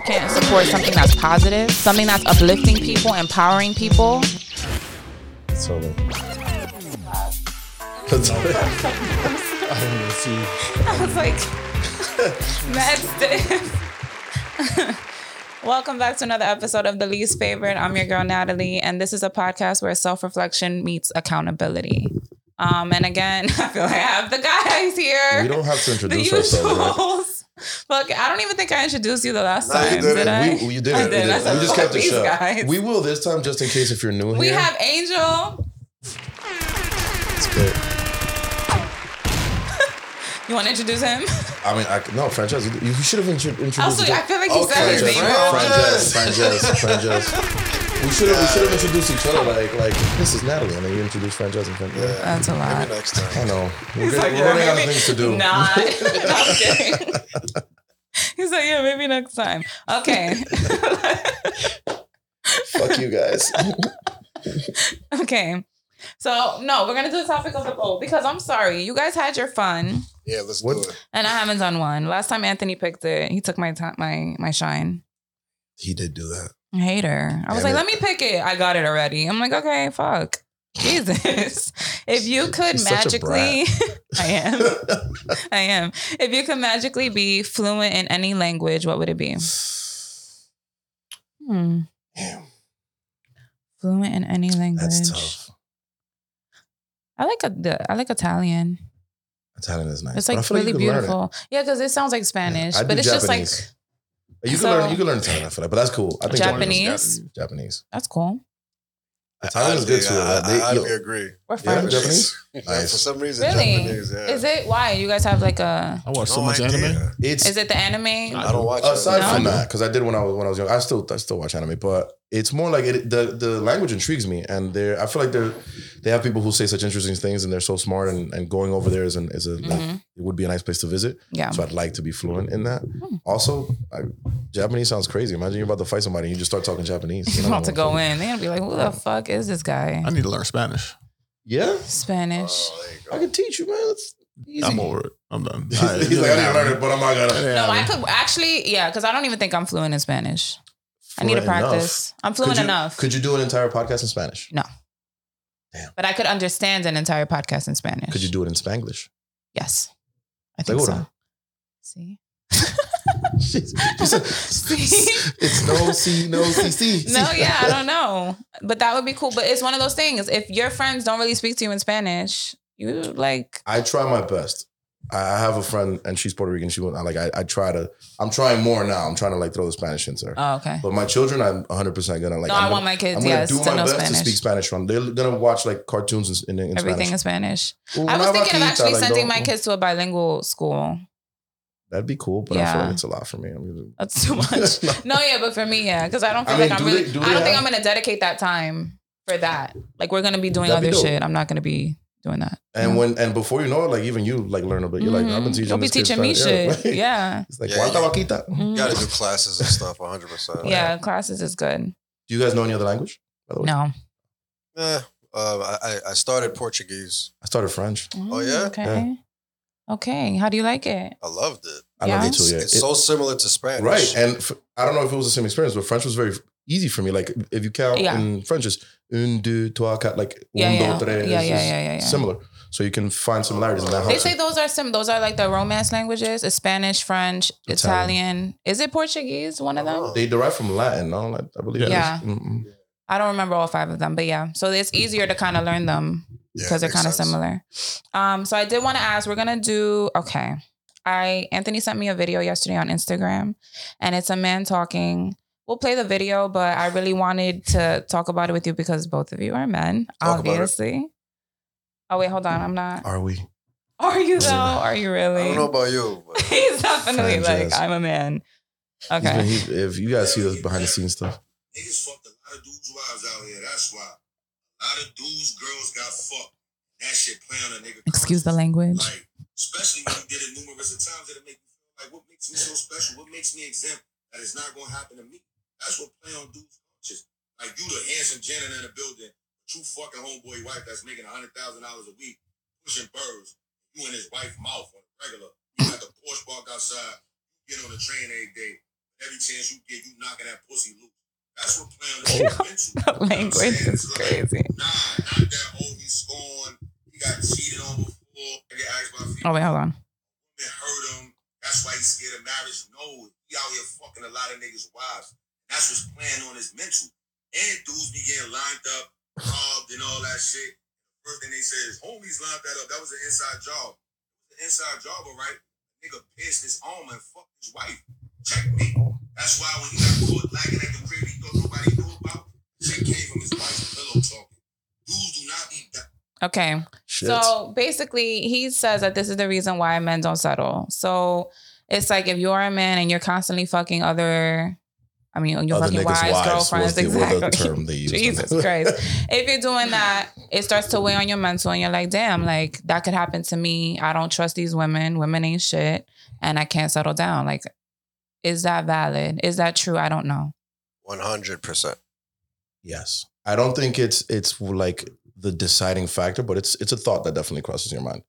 towards something that's positive, something that's uplifting people, empowering people. Let's hold it. Let's hold it. I don't even see. I was like, mad stiff. Welcome back to another episode of The Least Favorite. I'm your girl, Natalie, and this is a podcast where self reflection meets accountability. Um, and again, I feel like I have the guys here. We don't have to the introduce ourselves. right? usuals. Fuck, I don't even think I introduced you the last No, time. you didn't. Did I? We, you didn't. I You did. I didn't. said, We just "Fuck kept it these shut. guys." We will this time, just in case if you're new We here. have Angel. It's good. You want to introduce him? I mean, I, c- no, Frances, you, you should have intro- introduced. Also, I feel like he said his Frances, name Frances, wrong. Frances, Frances, Frances. We should have we should have introduced each other like like this is Natalie, and then you introduced Frances and Frances. That's a lot. Maybe next I time. know. We're, good, we're running out of things to do. Not. no, I'm kidding. He's like, yeah, maybe next time. Okay. Fuck you guys. okay. So no, we're gonna do the topic of the poll because I'm sorry, you guys had your fun Yeah, let's What- do it. and I haven't done one. Last time Anthony picked it, he took my time, my my shine. He did do that. Hater. I was like, let Damn me pick it. I got it already. I'm like, okay, fuck. Jesus. If you could He's such a magically I am. I am. If you could magically be fluent in any language, what would it be? Hmm. Damn, Fluent in any language. That's tough. I like a, the, I like Italian. Italian is nice. It's but I like feel really you can learn it. beautiful. Yeah, because it sounds like Spanish, Yeah, I but do it's just like Japanese. You can So- learn you can learn Italian for that, but that's cool. I think Japanese? Japanese. Japanese. that's cool. Italian is good too. I, like, they- I, I, yo, I agree. We're Yeah, French. Japanese? Yeah, Nice. For some reason, Really? Japanese. Yeah. Is it why you guys have like a? I watch so No much idea. anime. it's Is it the anime? I I don't watch aside anime. from No? that because I did when I was when I was young. I still I still watch anime, but it's more like it, the the language intrigues me, and they're I feel like they're they have people who say such interesting things, and they're so smart, and, and going over there is an is a like, Mhm. it would be a nice place to visit. Yeah. Hmm. So I'd like to be fluent in that. Also, I, Japanese sounds crazy. Imagine you're about to fight somebody, and you just start talking Japanese. You're know? about to go in. They're gonna be like, "Who the fuck is this guy?" I need to learn Spanish. Yeah, Spanish. Oh, there you go. I can teach you, man. It's easy. I'm over it. I'm done. He's like, I didn't learn it, but I'm not gonna. No, I could actually, yeah, because I don't even think I'm fluent in Spanish. I need Fluent to practice. I'm Could fluent you- enough, Could you do an entire podcast in Spanish? but I could understand an entire podcast in Spanish. Could you do it in Spanglish? Yes, I think so. Seguro. See, She's- she said, See? it's no C, no C, C. No, yeah, I don't know. But that would be cool. But it's one of those things. If your friends don't really speak to you in Spanish, you like I try my best. I I have a friend and she's Puerto Rican. She went I like I, I try to. I'm trying more now. I'm trying to like throw the Spanish into her. Oh, okay. but my children, I'm 100 percent gonna like. no, I'm I gonna- want my I'm kids, gonna yes, do to my know best Spanish. to speak Spanish from. They're gonna watch like cartoons in, in, in Everything Spanish. in Spanish. Well, I was whenever thinking of eat, I, actually like, sending don't- my kids to a bilingual school. That'd be cool, but I feel Yeah. like it's a lot for me. I'm gonna, That's too much. no, yeah, but for me, yeah, because I don't feel I mean, like I'm do really. they- do I they don't think have- I'm gonna dedicate that time for that. Like we're gonna be doing That'd be other dope. shit. I'm not gonna be doing that. and when and before you know it, like even you like learn a bit. You're like I've been Mhm. teaching. You'll be this kid teaching me Spanish. shit. Yeah, It's like Yeah, Mm-hmm. "Cuánta you- vaquita?" Mhm. You got to do classes and stuff 100%. yeah. Classes is good. Do you guys know any other language? By the way, No. Nah, uh, I, I- I started Portuguese. I started French. Oh yeah? Okay. Okay. How do you like it? I loved it. I Yeah. love it It's, too. Yeah, it's It- so similar to Spanish. Right. And f- I don't know if it was the same experience, but French was very easy for me. Like if you count Yeah. in French, it's un, deux, trois, quatre, like Yeah, un, yeah. deux, tres. Yeah, It's yeah, just yeah, yeah, yeah. Similar. So you can find similarities in that. They helps say it. those are some. Those are like the Romance languages: It's Spanish, French, Italian. Italian. Is it Portuguese? One of them. Oh. they derive from Latin, no? Like, I believe. it is. Yeah. Mm-mm. I don't remember all five of them, but yeah. So it's easier to kind of learn them Yeah, because they're makes kind of sense. similar. Um, so I did want to ask. We're gonna do okay. I Anthony sent me a video yesterday on Instagram, and it's a man talking. We'll play the video, but I really wanted to talk about it with you because both of you are men, Talk about it. Uh, obviously. Oh wait, hold on. I'm not. Are we? Are you though? Listen, Are you really? I don't know about you, but He's definitely Fine, like, Jazz. I'm a man. He's been- Okay. he- if you guys see this behind the scenes stuff, Niggas fucked a lot of dudes' wives out here. That's why. A lot of dudes' girls got fucked. That shit play on a nigga. Excuse the conscience. language. Like, especially when you did it numerous of times, it'll make you feel like, what makes me so special? What makes me exempt? That is not gonna happen to me. That's what play on dudes' conscience. Like, you the handsome janitor in the building, true fucking homeboy wife that's making a hundred thousand dollars a week, pushing birds. You in his wife's mouth on the regular. You got the Porsche park outside. You get on the train every day. Every chance you get, you knocking that pussy loose. That's what playing on the mental. That language is crazy. Nah, not that old. He's scorned. He got cheated on before. I get asked by Oh female wait, hold on. that hurt him. That's why he's scared of marriage. No, he out here fucking a lot of niggas' wives. That's what's playing on his mental. And dudes be getting lined up, robbed, and all that shit. First thing they say is, homies lined that up. That was an inside job. It was an inside job, all right? Nigga pissed his arm and fucked his wife. Checkmate. That's why when he got caught lagging at the crib, he thought nobody knew about. Shit came from his wife's pillow talking. Dudes do not eat that. Okay. Shit. So basically, he says that this is the reason why men don't settle. So it's like if you're a man and you're constantly fucking other, I mean, you're Other fucking niggas' wives, wives was girlfriends, the, was the exactly. term they used. Jesus Christ. If you're doing that, it starts to weigh on your mental, and you're like, damn, like that could happen to me. I don't trust these women. Women ain't shit, and I can't settle down. Like, is that valid? Is that true? I don't know. One hundred percent. Yes. I don't think it's it's like the deciding factor, but it's it's a thought that definitely crosses your mind. uh,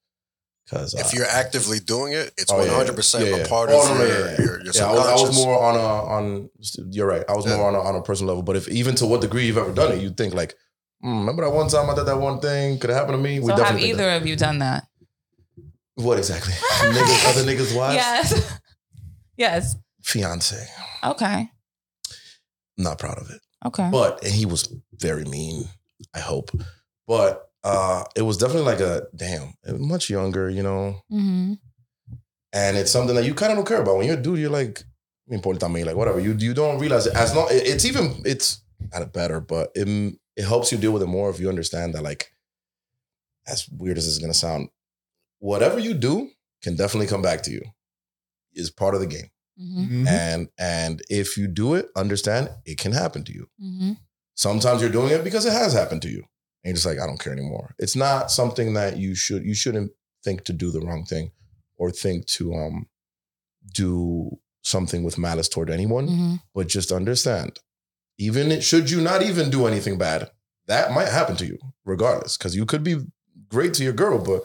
Because If you're actively doing it, it's Oh, one yeah, hundred percent yeah, yeah. a part Oh, no, of no, your, yeah, yeah. your your yeah, I was, I subconscious. was more on a on. You're right. I was Yeah. more on a, on a personal level. But if even to what degree you've ever done it, you would think like, "Hmm, remember that one time I did that one thing? Could it happen to me? so have did either of you done that? that. What exactly? niggas, other niggas' wives, Yes. yes. fiance. Okay. Not proud of it. Okay. But and he was very mean. I hope. But uh, it was definitely like a damn. eh, Much younger, you know. mm-hmm. and it's something that you kind of don't care about. When you're a dude, you're like, I mean, Polita me, like whatever. You you don't realize it. As long it- it's even it's not better, but it it helps you deal with it more if you understand that like, as weird as it's gonna sound, whatever you do can definitely come back to you. Is part of the game, Mm-hmm. and and if you do it, understand it can happen to you. Mm-hmm. Sometimes you're doing it because it has happened to you, and you're just like, I don't care anymore. It's not something that you should you shouldn't think to do the wrong thing, or think to um do something with malice toward anyone. Mm-hmm. But just understand, even it- should you not even do anything bad, that might happen to you regardless, because you could be great to your girl, but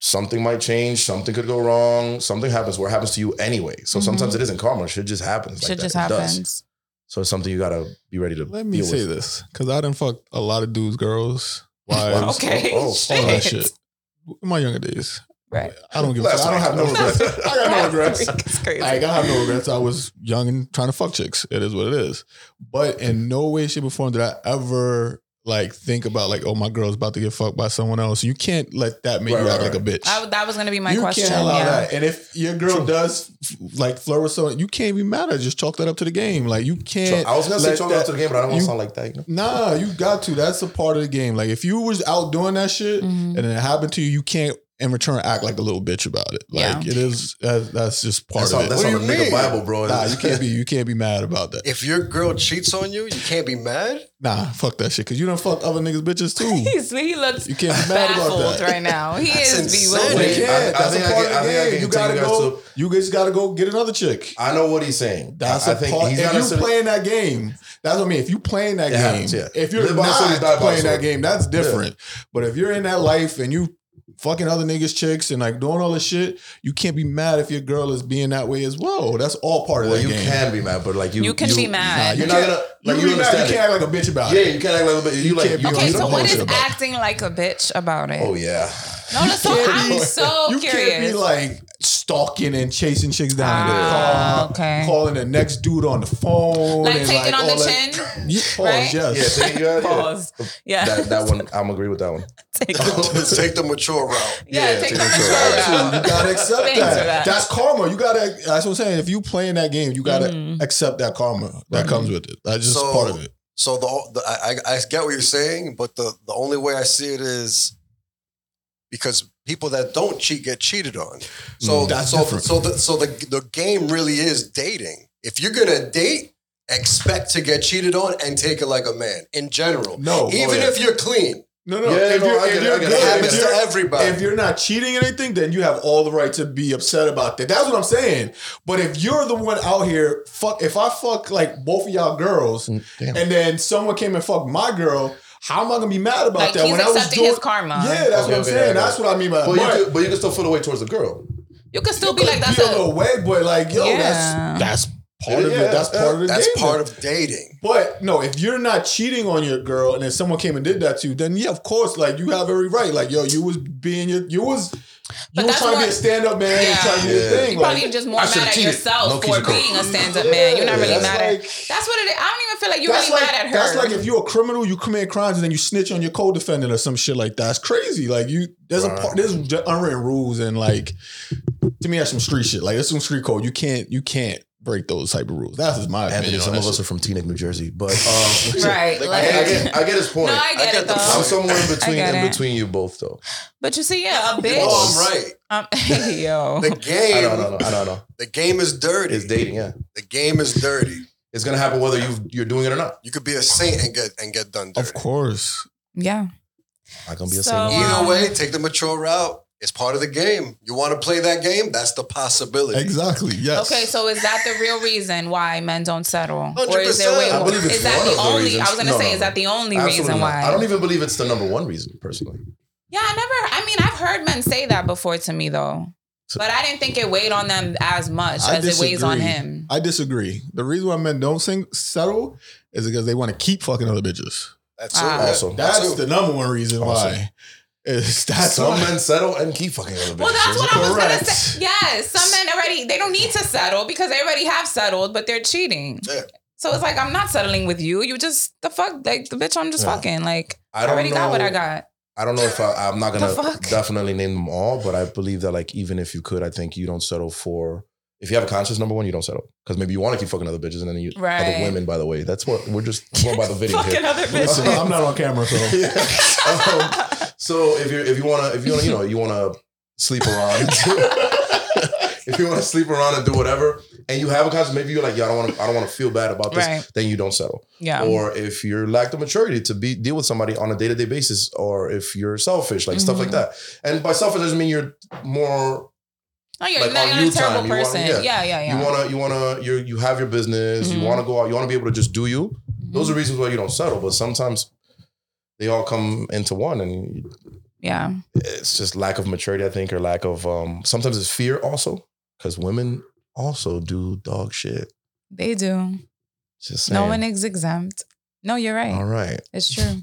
something might change, something could go wrong, something happens where it happens to you anyway. So sometimes it isn't karma; shit just happens. Mm-hmm. Shit like that. just It does. happens. So it's something you gotta be ready to Let me deal say with. this, because I done fucked a lot of dudes, girls, wives, Okay. Oh, oh, all shit. that shit. In my younger days, Right. I don't give. a Last fuck. I don't week. have no regrets. I got no regrets. It's crazy. Like I have no regrets. I was young and trying to fuck chicks. It is what it is. But in no way, shape, or form did I ever like think about like, oh, my girl's about to get fucked by someone else. You can't let that make Right, you act right, like a bitch. I w- that was going to be my you question. can't allow yeah. that. And if your girl does like flirt with someone, you can't be mad at. it. Just chalk that up to the game. Like you So can't. I was gonna say let choke that- out to the game, but I don't want to you- sound like that. You know? Nah, you got to. That's a part of the game. Like if you was out doing that shit Mhm. and it happened to you, you can't in return act like a little bitch about it. Like Yeah. it is. That's, that's just part That's, of on, it. that's What on do the you nigga mean? Bible, bro. Nah, you can't be you can't be mad about that. If your girl cheats on you, you can't be mad. Nah, fuck that shit. Cause you done fuck other niggas bitches too. He's, he looks You can't be mad about baffled that. right now. He That's is insane. You bewildered. Wait, can't. I- I that's think a I part can- I of think the I game. can You take gotta you guys go. You just gotta go get another chick. I know what he's saying. That's I a I think part. he's If gotta you sit- playing that game, that's what I mean. If you playing that It game, happens, yeah. if you're Live by the not sword, die by the playing that sword. game, that's different. But if you're in that life and you fucking other niggas chicks and like doing all this shit, you can't be mad if your girl is being that way as well. That's all part of Well, that you game. can be mad, but like you, You can be Nah, mad. you You're not can't- gonna like you, you, be mad, understand. you can't act like a bitch about it. it. yeah, you can't act like a little bit. You like can't you, be- okay, you so don't what know is shit about it. acting like a bitch about it? Oh yeah, No, no, so You can't I'm be- so you can't curious. be like stalking and chasing chicks down in the Ah, car, okay. calling the next dude on the phone, like and take it on the all that- chin. Yeah, pause, right? yeah. yes. See, you got- yeah. Pause. Yeah. That that one, I'm agree with that one. Take it. Let's take the mature route. Yeah, yeah, take take the it control control. out. You gotta accept Thanks for that. that. That's karma. You gotta. That's what I'm saying. If you playing that game, you gotta Mhm. accept that karma that comes with it. That's just So- part of it. So the, the I, I- I get what you're saying, but the the only way I see it is because people that don't cheat get cheated on. So Mm, that's so different. so the so the the game really is dating. If you're gonna date, expect to get cheated on and take it like a man in general. No, oh, even if you're clean, no, Yeah, no, I get it, I get it, it Yeah, happens if to everybody. If you're not cheating anything, then you have all the right to be upset about that. That's what I'm saying. But if you're the one out here, fuck. If I fuck like both of y'all girls, Mm, Damn. and then someone came and fucked my girl, how am I gonna be mad about Like that? he's when I was accepting doing, his karma. yeah, that's Okay, what I'm okay, saying. okay. That's what I mean But by. but- you, could, but you can still feel the way towards the girl. You could still be like that's feel a no way, but like yo, Yeah. that's that's part of Yeah, it. That's part of the That's dating. part of dating. But no, if you're not cheating on your girl and then someone came and did that to you, then yeah, of course, like you have every right. Like, yo, you was being your you was But you was that's trying to be why- a stand-up man and Yeah. trying to do your Yeah. thing. You're like- probably just more I mad should've at cheated. No yourself keys for or code. being a stand-up man. You're not really that's mad at. like- That's what it is. I don't even feel like you're that's really like, mad at her. That's like if you're a criminal, you commit crimes and then you snitch on your co-defendant or some shit like that. It's crazy. Like you, there's a Right. part, there's ju- unwritten rules and like to me that's some street shit. Like there's some street code. You can't you can't break those type of rules. That's just my Anthony, opinion. some on of that us shit. are from Teaneck, New Jersey, but um, Right, I, get, I, like- get, I get his point. no, I get, I get it though. the I'm somewhere in between, get in it. between you both, though. But you see, yeah, a bitch. Oh, I'm right. Um, yo, The game, I don't know. I don't know. the game is dirty. It's dating. Yeah, the game is dirty. it's gonna happen whether you you're doing it or not. You could be a saint and get and get done dirty. of course. yeah. I gonna be a So, single. uh, Either way, take the mature route. It's part of the game. You want to play that game? That's the possibility. Exactly. Yes. Okay, so is that the real reason why men don't settle, or is there 100%. way I more? believe it's Is that one the of the only? reasons. I was gonna No, say, no, is no. that the only Absolutely reason not. why? I don't even believe it's the number one reason, personally. Yeah, I never. I mean, I've heard men say that before to me though, but I didn't think it weighed on them as much I as it weighs on disagree. him. I disagree. The reason why men don't sing, settle is because they want to keep fucking other bitches. That's it. Ah. Also, That's That's the number one reason Awesome. why. Is that's some why. men settle and keep fucking other bitches. Well, that's what I was gonna Correct. say. Yes, some men already they don't need to settle because they already have settled, but they're cheating. Yeah. So it's like I'm not settling with you. You just the fuck like the bitch. I'm just Yeah. fucking like I I, don't already got what know. I got. I don't know if I, I'm not The gonna fuck? definitely name them all, but I believe that like even if you could, I think you don't settle for. If you have a conscience, number one, you don't settle because maybe you want to keep fucking other bitches and then you Right. other women. By the way, that's what we're just going by the video Fucking here. other bitch. Listen, I'm not on camera, so Yeah. Um, so if you if you wanna if you wanna you know you wanna sleep around, if you wanna sleep around and do whatever, and you have a conscience, maybe you're like, yo, I don't want to I don't want to feel bad about this. Right. Then you don't settle Yeah. or if you're lack the maturity to be deal with somebody on a day to day basis, or if you're selfish, like stuff like Mhm. that. And by selfish, doesn't mean you're more. no, you're like, not, on you're not you a terrible time, you want- person. yeah. yeah, yeah, yeah. You wanna, you wanna, you you have your business. Mhm. You wanna go out. You wanna be able to just do you. Mhm. Those are reasons why you don't settle. But sometimes they all come into one, and yeah. it's just lack of maturity, I think, or lack of. um Sometimes it's fear also, because women also do dog shit. They do. Just No saying. one is exempt. No, you're right. all right. It's true.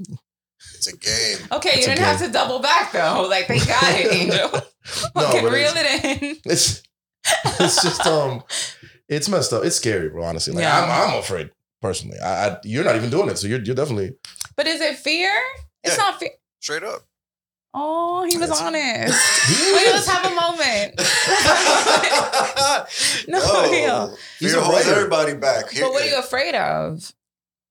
It's a game. Okay, you It's didn't okay. have to double back though. Like thank God, Angel. No, Fucking but reel it's- it in. It's it's just um, it's messed up. It's scary, bro. Honestly, like Yeah. I'm I'm afraid personally. I, I you're not even doing it, so you're you're definitely But is it fear? It's Yeah. not fear. Straight up. Oh, he was It's- honest. Oh, Wait, let's have a moment. No, Oh, real. He's Fear a holds writer. everybody back. Here, But what are you afraid of?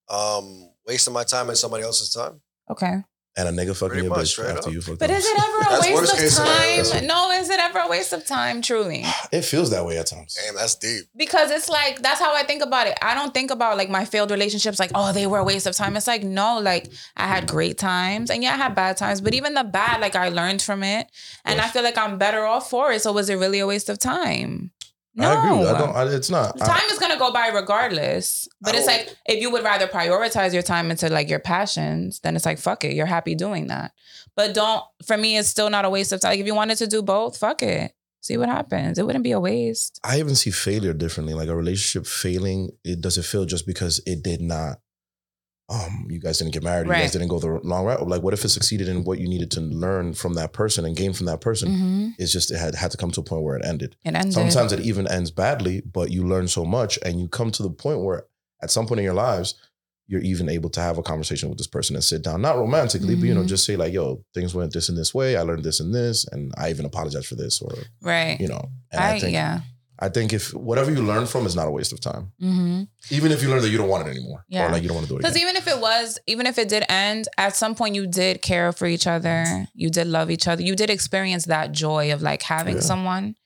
um, wasting my time and somebody else's time? Okay. and a nigga fucking Pretty your much bitch straight after up. you fuck. But them. is it ever a That's waste worst case of scenario. time? That's what- no, is it ever a waste of time, truly? It feels that way at times. Damn, that's deep. Because it's like, that's how I think about it. I don't think about like my failed relationships, like, oh, they were a waste of time. It's like, no, like I had great times and yeah, I had bad times, but even the bad, like I learned from it and I feel like I'm better off for it. So was it really a waste of time? No. I agree. With you. I don't. I, it's not. I- time is gonna go by regardless. But I it's Oh. don't- like if you would rather prioritize your time into like your passions, then it's like fuck it, you're happy doing that. But don't for me, it's still not a waste of time. Like if you wanted to do both, fuck it, see what happens. It wouldn't be a waste. I even see failure differently. Like a relationship failing, it doesn't fail just because it did not. Um, you guys didn't get married. You Right. guys didn't go the long route. Like, what if it succeeded in what you needed to learn from that person and gain from that person? Mm-hmm. It's just it had had to come to a point where it ended. It ended. Sometimes it even ends badly, but you learn so much and you come to the point where at some point in your lives, you're even able to have a conversation with this person and sit down, not romantically, but you know, Mhm. just say like, yo, things went this and this way. I learned this and this, and I even apologize for this, or right. you know. And I, I, think yeah. I think if whatever you learn from is not a waste of time. Mm-hmm. Even if you learn that you don't want it anymore. Yeah. Or like you don't want to do it Because again. even if it was, even if it did end, at some point you did care for each other. You did love each other. You did experience that joy of like having Yeah. someone.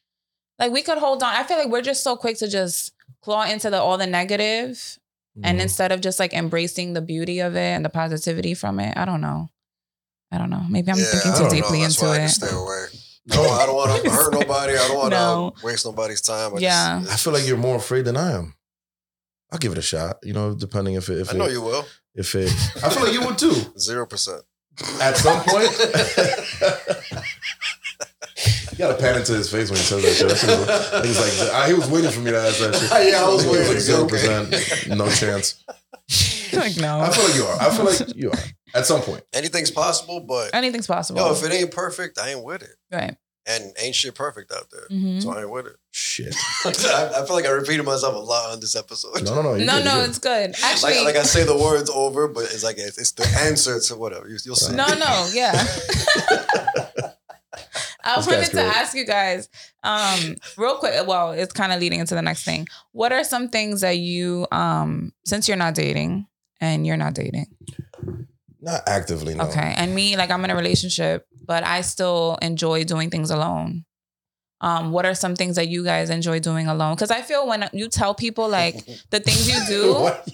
Like we could hold on. I feel like we're just so quick to just claw into the all the negative, and Mm-hmm. instead of just like embracing the beauty of it and the positivity from it, I don't know. I don't know. Maybe I'm Yeah, thinking I too don't know. deeply That's into why I can it. stay away. No, I don't want to hurt nobody. I don't want to No. waste nobody's time. I just- Yeah. I feel like you're more afraid than I am. I'll give it a shot, you know, depending if it if I know it, you will. if it I feel like you would too. Zero percent. at some point. You gotta pan into his face when he says that shit. That shit was- He's like, I- he was waiting for me to ask that shit. Yeah, I was waiting. Like zero percent, no chance. like no, I feel like you are. I feel like you are at some point. Anything's possible, but anything's possible. yo, if it ain't perfect, I ain't with it. right. And ain't shit perfect out there. Mhm. So I ain't with it. Shit. I, I feel like I repeated myself a lot on this episode. No, no, no. you No, good, you no, good. it's good. Actually, Like, like I say the words over, but it's like it's, it's the answer to whatever. You, you'll see. no, no, yeah. I This wanted guy's to great. ask you guys, um, real quick. Well, it's kind of leading into the next thing. What are some things that you, um, since you're not dating and you're not dating, not actively. No. Okay. And me, like, I'm in a relationship, but I still enjoy doing things alone. Um, what are some things that you guys enjoy doing alone? Because I feel when you tell people like the things you do, What?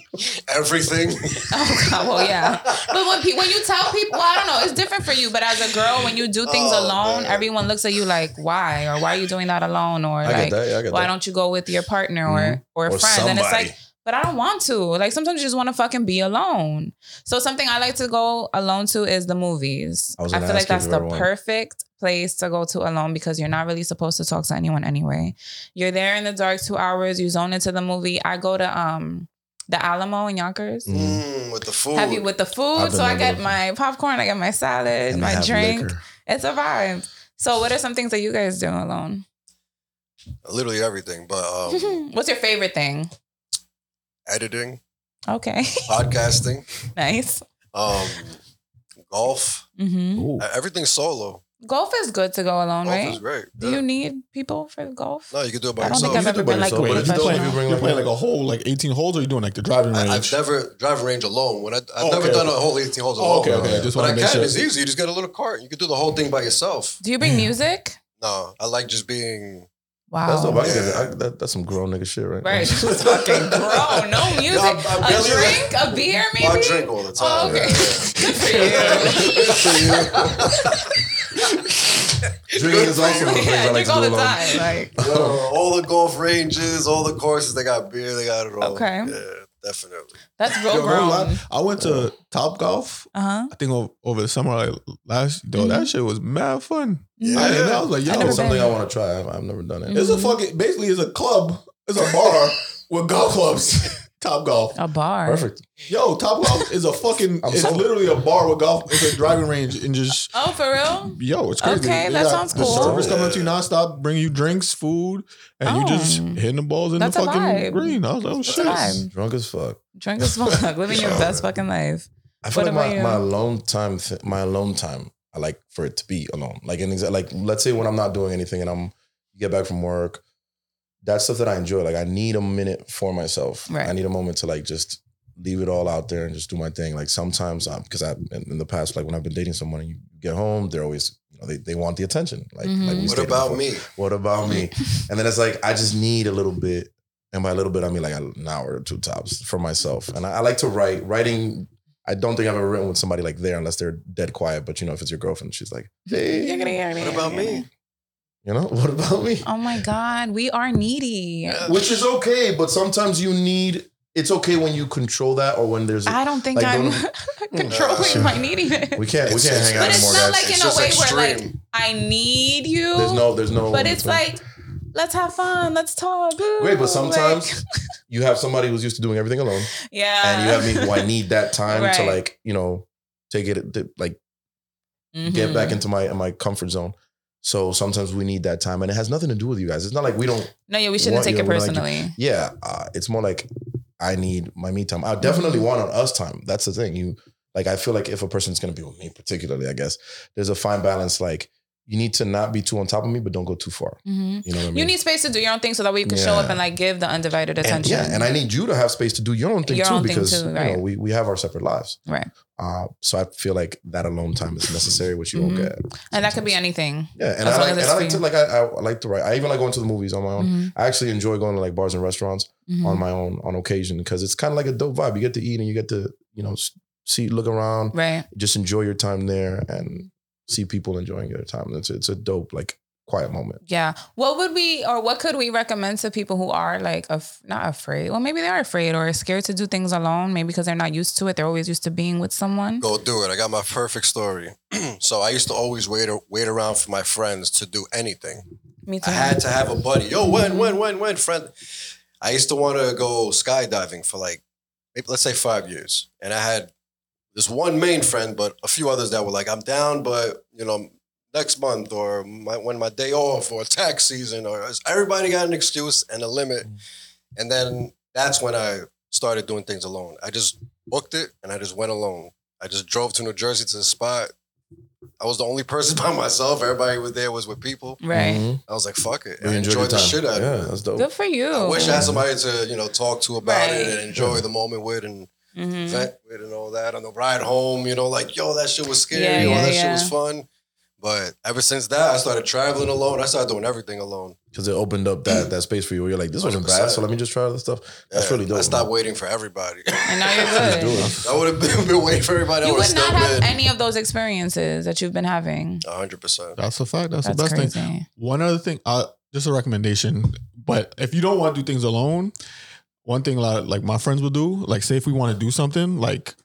Everything. oh god, well yeah. But when pe- when you tell people, well, I don't know, it's different for you. But as a girl, when you do things Oh, alone, man. everyone looks at you like, why or why are you doing that alone? Or I get like, that. Yeah, I get why that. don't you go with your partner Mhm. or or, a Or friend? And it's like, but I don't want to. Like sometimes you just want to fucking be alone. So something I like to go alone to is the movies. I I, was feel gonna like ask you that's if the everyone- perfect place to go to alone because you're not really supposed to talk to anyone anyway. You're there in the dark two hours. You zone into the movie. I go to um the Alamo in Yonkers. Mm. Mm, with the food. Have you with the food? I've So been I there get before. my popcorn. I get my salad, And I my have drink. liquor. It's a vibe. So what are some things that you guys do alone? Literally everything, but um, What's your favorite thing? editing, Okay, podcasting, nice. um, golf, e-, hmm Ooh. everything solo. Golf is good to go alone, Golf right? is great. Do Yeah. you need people for golf? no, you can do it by I don't yourself. think I've you ever do by been like yourself, Wait, but you're if you professional. don't, playing, you bring you're like playing like one. a whole like 18 holes, or you doing like the driving range? I, I've never drive range alone. When I, I've Oh, never okay, done a okay. whole 18 holes alone. oh, okay, okay. I just But want I to can. make sure. It's easy. You just get a little cart. You can do the whole thing by yourself. Do you bring music? No, I like just being. Wow. That's dope. I get Yeah. that. I- that- That's some grown nigga shit, right? Right. She's fucking grown. No music. No, I'm- I'm a barely- drink, a beer, maybe. I drink all the time. Oh, okay. Good for you. Drinking is also one of the things yeah, I I drink like to do all the alone. time. Like, Yo, all the golf ranges, all the courses, they got beer, they got it all. Okay. Yeah, definitely. that's Yo, real no lie, grown. I went to Top Golf. Uh huh. I think over, over the summer like last. Yo, that shit was mad fun. Yeah. I, didn't know. I was like, yo, I never It's something been. I want to try. I've, I've never done it. It's a fucking basically it's a club. It's a bar with golf clubs. Top golf. A bar. Perfect. Yo, top golf is a fucking I'm it's sold. literally a bar with golf. It's a driving range and just Oh, for real? yo, it's crazy. Okay, They that got sounds the cool. Servers coming up to you nonstop, bringing you drinks, food, and you just Oh. hitting the balls in That's a the fucking vibe. green. I was like, oh a shit. vibe. Drunk as fuck. Drink as fuck. Living your Yeah. best fucking life. I feel What uh, like my, about you? my alone time, th- my alone time, I like for it to be alone. Like an exa- like let's say when I'm not doing anything and I'm get back from work, that's stuff that I enjoy. Like I need a minute for myself. Right. I need a moment to like just leave it all out there and just do my thing. Like sometimes I'm because I in, in the past, like when I've been dating someone and you get home, they're always you know they, they want the attention. Like, Mhm. like we What stated about before. me? What about me? and then it's like I just need a little bit, and by a little bit I mean like an hour or two tops for myself. And I, I like to write. Writing, I don't think I've ever written with somebody like there unless they're dead quiet. But you know, if it's your girlfriend, she's like, hey, What What about me? you know, what about me? Oh my God. We are needy. Oh. Which is okay, but sometimes you need. It's okay when you control that or when there's. I don't think Like, I'm don't- controlling my neediness. we can't. We It's- can't it's- hang But out it's anymore, not guys. like in It's a just way where like extreme. I need you. there's no. There's no. But it's like, let's have fun, let's talk. ooh, Great, but like- sometimes you have somebody who's used to doing everything alone. yeah, and you have me who I need that time to Uh, Right. like, you know, take it to, like get Mm-hmm. back into my my comfort zone. So sometimes we need that time, and it has nothing to do with you guys. It's not like we don't. No, yeah, we shouldn't What, take yeah, it we're like- personally. Yeah, uh, it's more like I need my me time. I Mm-hmm. definitely want on us time. That's the thing. You like, I feel like if a person's gonna be with me, particularly, I guess there's a fine balance. Like, you need to not be too on top of me, but don't go too far. Mhm. You know what I mean? You need space to do your own thing so that way you can show Yeah. up and like give the undivided and, attention. yeah, and I need you to have space to do your own thing Your too, own thing because too, you right. know we we have our separate lives. Right. Uh, so I feel like that alone time is necessary, which you Mhm. won't get. and that could be anything. Yeah, and As I long like, as and it's I like free. to like I, I like to write. I even like going to the movies on my own. Mhm. I actually enjoy going to like bars and restaurants Mhm. on my own on occasion because it's kind of like a dope vibe. You get to eat and you get to you know s- see look around, Right. just enjoy your time there and see people enjoying their time. It's it's a dope like quiet moment. Yeah. What would we or what could we recommend to people who are like af- not afraid? Well, maybe they are afraid or scared to do things alone. Maybe because they're not used to it. They're always used to being with someone. Go do it. I got my perfect story. so I used to always wait wait around for my friends to do anything. Me too. I had to have a buddy. Yo, when, when, when, when, friend. I used to want to go skydiving for like, maybe let's say five years, and I had this one main friend, but a few others that were like, I'm down, but you know, next month or my, when my day off or tax season or everybody got an excuse and a limit, Mm. and then that's when I started doing things alone. I just booked it and I just went alone. I just drove to New Jersey to the spot. I was the only person by myself. Everybody was there was with people. right. Mhm. I was like, fuck it. You Mm-hmm. I enjoyed the time. shit out Yeah, of it. that's dope. Good for you. I wish I had somebody to, you know, talk to about it Right. and enjoy the moment with and Mhm. vent with and all that. On the ride home, you know, like, yo, that shit was scary Yeah, or yeah, that yeah. shit was fun. But ever since that, I started traveling alone. I started doing everything alone. Because it opened up that that space for you where you're like, this wasn't bad, 100%. so let me just try other stuff. That's Yeah, really dope. I stopped man. waiting for everybody. And now Let's you're do good. it. I would have been, been waiting for everybody. I You would would have not stepped have in. any of those experiences that you've been having. 100%. That's a fact. That's, That's the best crazy. thing. One other thing, uh, just a recommendation. But if you don't want to do things alone, one thing a lot of, like my friends will do, like say if we want to do something, like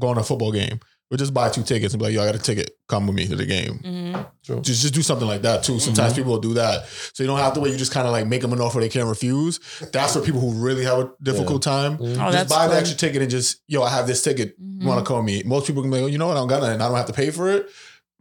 go on a football game, we'll just buy two tickets and be like, yo, I got a ticket, come with me to the game. Mhm. True. Just just do something like that Mm-hmm. too. Sometimes people will do that. So you don't have to wait, you just kind of like make them an offer they can't refuse. That's for people who really have a difficult time. Oh, just that's buy an good. extra ticket and just, yo, I have this ticket. Mhm. You want to call me? Most people can be like, oh, you know what? I don't got nothing. I don't have to pay for it.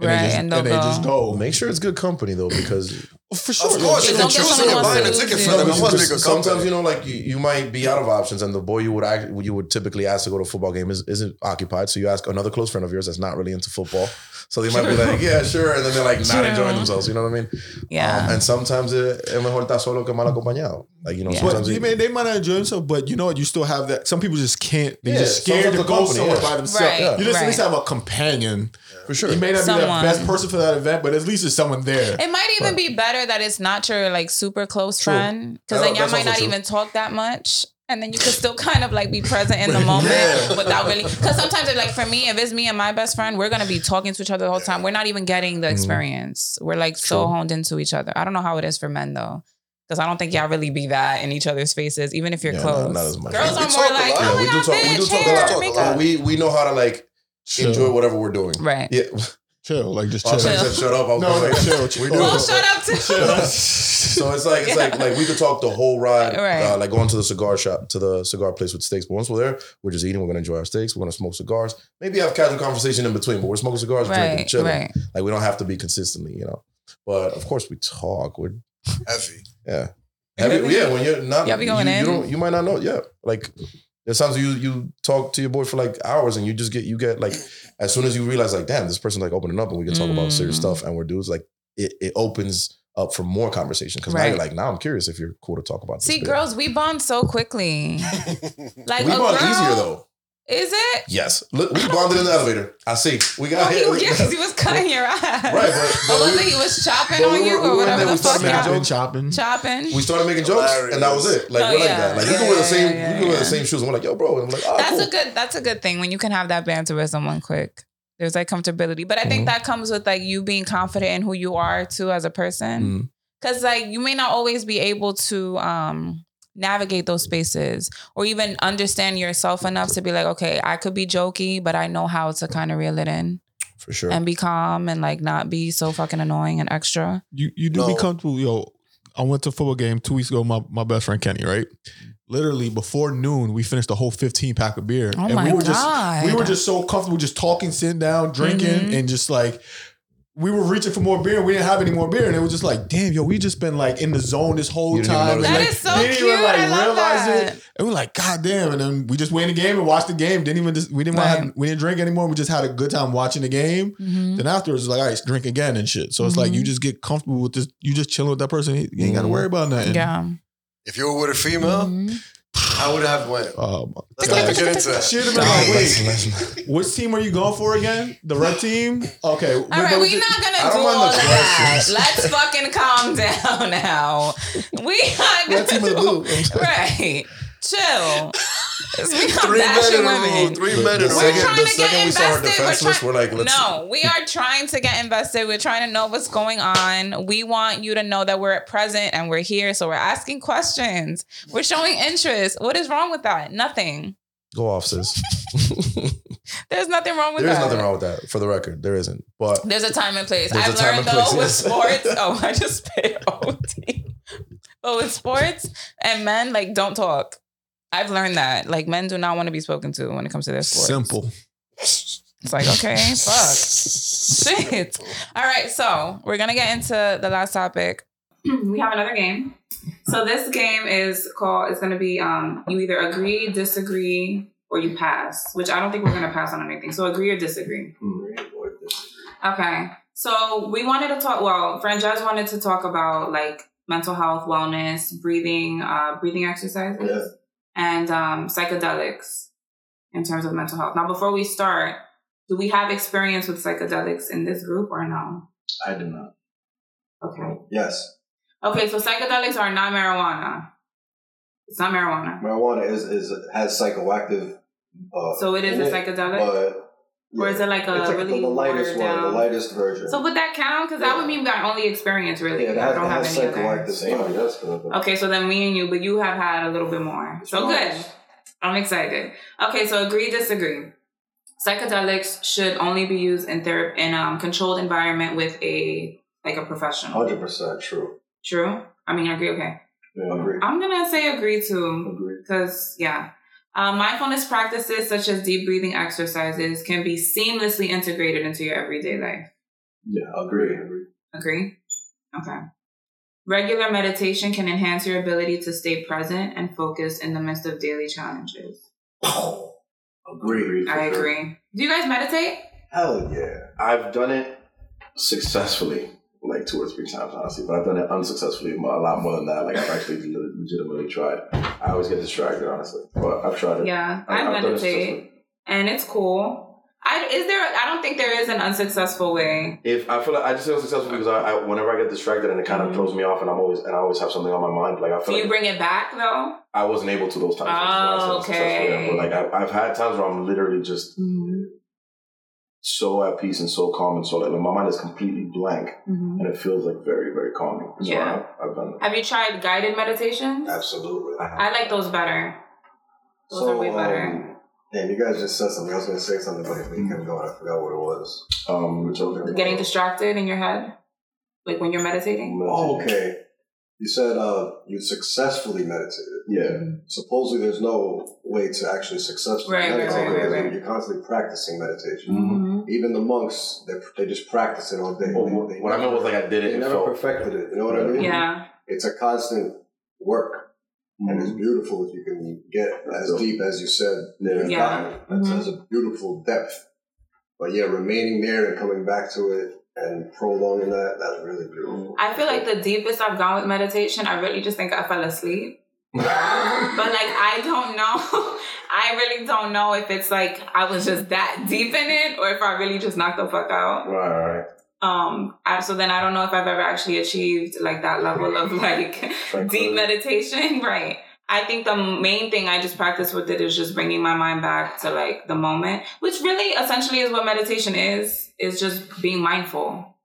And Right, they just, and and they'll they just Well, go. make sure it's good company though, because For sure. Of course, Yeah, don't if you're get choosing someone and who buying a wants to ticket lose for you. them, No, it but must be a just- good sometimes company. you know, like you, you might be out of options, and the boy you would act, you would typically ask to go to a football game is isn't occupied. So you ask another close friend of yours that's not really into football, so they might be like, yeah, sure, and then they're like not True. enjoying themselves. You know what I mean? Yeah. Um, and sometimes it, es mejor estar solo que mal acompañado. Like you know, Yeah. sometimes But you it- may, they might not enjoy themselves, but you know what? You still have that. Some people just can't. They're Yeah, just scared someone's to the go company, somewhere yeah. by themselves. Right, You just right. at least have a companion. for sure. You may not be Someone. the best person for that event, but at least there's someone there. It might even be better that it's not your like super close True. friend because That- then y'all that's might also not true. even talk that much. And then you can still kind of like be present in the moment without really. Because sometimes, it, like for me, if it's me and my best friend, we're gonna be talking to each other the whole time. We're not even getting Mm-hmm. the experience. We're like so honed into each other. I don't know how it is for men though, because I don't think y'all really be that in each other's faces, even if you're Yeah, close. not- not as much. Girls We- are we more talk a like, lot. oh yeah, my we do God, talk. We do bitch, talk hair, a lot. makeup. But we we know how to like Chill. enjoy whatever we're doing. Right. Yeah. Oh, Chill. Like just I chill. should have said shut up. I was No, no, like, chill, chill. We do. Well, shut up too. So it's like it's like like we could talk the whole ride, Right. uh, like going to the cigar shop to the cigar place with steaks. But once we're there, we're just eating. We're gonna enjoy our steaks. We're gonna smoke cigars. Maybe have casual conversation in between, but we're smoking cigars, drinking, Right, chilling. right. Like we don't have to be consistently, you know. But of course, we talk. We're Heavy. yeah, Every- yeah. When you're not, Y'all be going you, you in? don't. You might not know. Yeah, like there's times you you talk to your boy for like hours, and you just get you get like as soon as you realize like damn, this person's like opening up, and we can talk about serious Mm. stuff, and we're dudes like it, it opens up for more conversation because now Right. you're like now I'm curious if you're cool to talk about. See, this bit. girls, we bond so quickly. Like we a bond girl- easier though. Is it? Yes, look, we bonded in the elevator. I see. We Oh, got he, hit. yeah, 'cause he was cutting your ass. Right, but- but Or was we- it he was chopping but on we you were- we or were whatever there, the we fuck started y'all making Chopping, chopping. chopping? we started making jokes, and that was it. Like Oh, we're like yeah. that. Like we can wear the Yeah, same, yeah, we can wear yeah. the same shoes. And we're like, yo, bro, and I'm like, oh, that's cool. a good that's a good thing when you can have that banter with someone quick. There's like comfortability. But I think Mm-hmm. Mhm. that comes with like you being confident in who you are too as a person. Mm-hmm. Mm. Cause like you may not always be able to um navigate those spaces or even understand yourself enough to be like, okay, I could be jokey, but I know how to kind of reel it in for sure. and be calm and like not be so fucking annoying and extra. You you do No. be comfortable, yo. I went to a football game two weeks ago. My my best friend Kenny, right? Literally before noon, we finished the whole fifteen pack of beer, Oh and my we were God. just we were just so comfortable, just talking, sitting down, drinking, Mhm. and just like we were reaching for more beer, and we didn't have any more beer, and it was just like, damn, yo, we just been like in the zone this whole You didn't even time. and, notice That is so like, didn't cute. I love that. it, and we we're like, god damn, and then we just went in the game and watched the game. Didn't even just, we didn't wanna Right. have, we didn't drink anymore. We just had a good time watching the game. Mhm. Then afterwards, it's like, all right, drink again and shit. So it's like Mhm. you just get comfortable with this. You just chilling with that person. You ain't got to worry about nothing. Yeah. If you were with a female, Mhm. I would have went. Um, Let's not even get into that. Shit, man. Nah, Wait. let's- let's- which team are you going for again? The red team? Okay. All All right, we're not I gonna do don't mind all the that. questions. Let's fucking calm down now. We Red not team gonna or the blue? do right. Chill. It's we are Three men bashing in a room. women. Three men in a We're Second- trying room. the to get second we saw her invested. We're defenseless, try- we're like, let's- no, we are trying to get invested. We're trying to know what's going on. We want you to know that we're at present and we're here. So we're asking questions. We're showing interest. What is wrong with that? Nothing. Go off, sis. There's nothing wrong with there is that. nothing wrong with that. For the record, there isn't. But There's a time and place. There's a I've time learned and though place, with yes. sports. Oh, I just spit OT. But with sports and men, like don't talk. I've learned that. Like men do not want to be spoken to when it comes to their sports. Simple. It's like, okay, fuck. Shit. All right, so we're gonna get into the last topic. we have another game. So this game is called. It's gonna be um, you either agree, disagree, or you pass. Which I don't think we're gonna pass on anything. So agree or disagree. Okay. So we wanted to talk. Well, Frances wanted to talk about like mental health, wellness, breathing, uh, breathing exercises, and um, psychedelics in terms of mental health. Now, before we start, do we have experience with psychedelics in this group or no? I did not. Okay. Yes, Okay, so psychedelics are not marijuana. It's not marijuana. marijuana is is has psychoactive. Uh, So it is in a psychedelic? but Or is it like a it's like really the lightest watered one, down? the lightest version. So would that count? Because that would mean my only experience really. yeah, it I has, it don't have has any other. psychoactive. Same, that's good. Okay, so then me and you, but you have had a little bit more. So good. I'm excited. Okay, so agree, disagree. Psychedelics should only be used in therapy in um controlled environment with a like a professional. Hundred percent true. True. I mean, agree. Okay, Yeah, agree. I'm gonna say agree too. Agree. because yeah um, mindfulness practices such as deep breathing exercises can be seamlessly integrated into your everyday life Yeah, agree. Agree. agree okay regular meditation can enhance your ability to stay present and focused in the midst of daily challenges Oh. Agree. for i sure. agree do you guys meditate Hell yeah. I've done it successfully like two or three times, honestly, but I've done it unsuccessfully a lot more than that. Like, I've actually le- legitimately tried. I always get distracted, honestly, but I've tried it. yeah I- i, I've done it meditate successfully. and it's cool I, is there i don't think there is an unsuccessful way If I feel like I just feel successful because I, I whenever I get distracted and it kind of Mhm. throws me off, and I'm always and I always have something on my mind. Like I do feel you like bring it back though I wasn't able to those times. Oh, That's why I said successful, yeah. okay. But like I, I've had times where I'm literally just so at peace and so calm and so like my mind is completely blank Mm-hmm. and it feels like very very calming. That's Yeah. why I've, I've done it. have you tried guided meditations Absolutely. i like those better Those are way better. um, damn, you guys just said something. I was going to say something, but we kept going. I forgot what it was. Um, we're talking about- getting distracted in your head, like when you're meditating. Oh, okay. You said uh, you successfully meditated. Yeah. Supposedly, there's no way to actually successfully Right, right, meditate right, right, because right. you're constantly practicing meditation. Mhm. Even the monks, they they just practice it all day. Well, They- what- they what I meant was, like, I did it They and never felt- perfected it. You know what I mean? Yeah, It's a constant work, and Mm-hmm. it's beautiful if you can get as deep as you said. Yeah, Yeah. That's, Mhm. that's a beautiful depth. But yeah, remaining there and coming back to it and prolonging that—that's really beautiful. I feel like the deepest I've gone with meditation, I really just think I fell asleep. but like, I don't know. I really don't know if it's like I was just that deep in it, or if I really just knocked the fuck out. Right, right. Um, I, so then I don't know if I've ever actually achieved like that level of like deep meditation, right? I think the main thing I just practice with it is just bringing my mind back to like the moment, which really essentially is what meditation is, is just being mindful.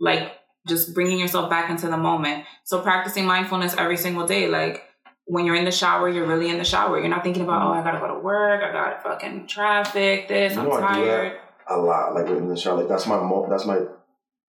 Like just bringing yourself back into the moment. So practicing mindfulness every single day, like when you're in the shower, you're really in the shower. You're not thinking about, oh, I gotta go to work, I got fucking traffic, this, You I'm know I do that. tired. a lot, like in the shower. Like that's my mo- that's my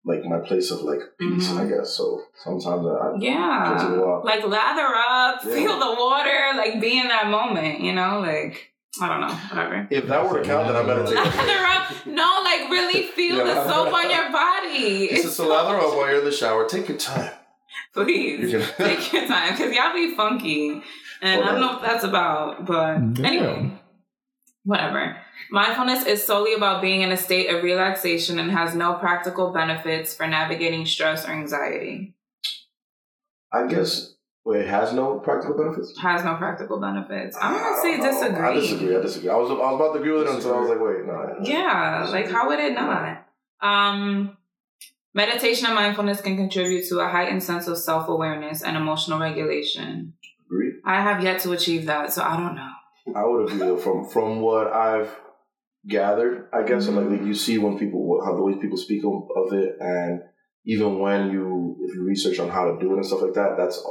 like my place of like peace, Mhm. I guess. So sometimes I Go to the Yeah. walk. Like lather up, Yeah. feel the water, like be in that moment, you know, like I don't know, whatever. if that were to count, then I meditate. lather up. No, like really feel the Yeah. soap on your body. It's just to lather up while you're in the shower. Take your time. Please You can- take your time because y'all be funky, and I don't know what that's about. But Mm, Damn. anyway, whatever. Mindfulness is solely about being in a state of relaxation and has no practical benefits for navigating stress or anxiety. I guess well, it has no practical benefits. Has no practical benefits. I'm Ah, I gonna say don't know. disagree. I disagree. I disagree. I was I was about to agree with it until I was like, wait, no. Yeah, like how would it not? Um, meditation and mindfulness can contribute to a heightened sense of self awareness and emotional regulation. Agree. I have yet to achieve that, so I don't know. I would agree. though, From from what I've gathered, I guess, and like, like you see when people how the way people speak of, of it, and even when you if you research on how to do it and stuff like that, that's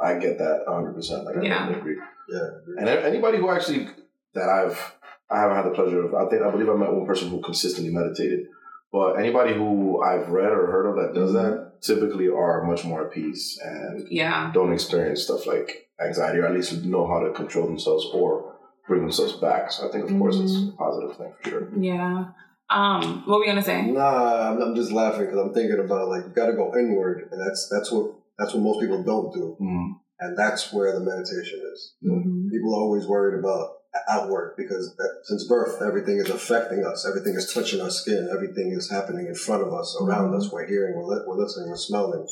I get that hundred percent. Like I Yeah. totally agree. Yeah, and a- anybody who actually that I've I haven't had the pleasure of. I think I believe I met one person who consistently meditated, but anybody who I've read or heard of that does that typically are much more at peace and Yeah. don't experience stuff like anxiety or at least know how to control themselves or bring themselves back. So I think, of course, it's Mm-hmm. a positive thing for sure. Yeah. Um, what were you gonna say? Nah, I'm, I'm just laughing because I'm thinking about like you got to go inward, and that's that's what that's what most people don't do, and that's where the meditation is. Mm-hmm. People are always worried about outward because that, since birth, everything is affecting us, everything is touching our skin, everything is happening in front of us, around us. We're hearing, we're, li- we're listening, we're smelling.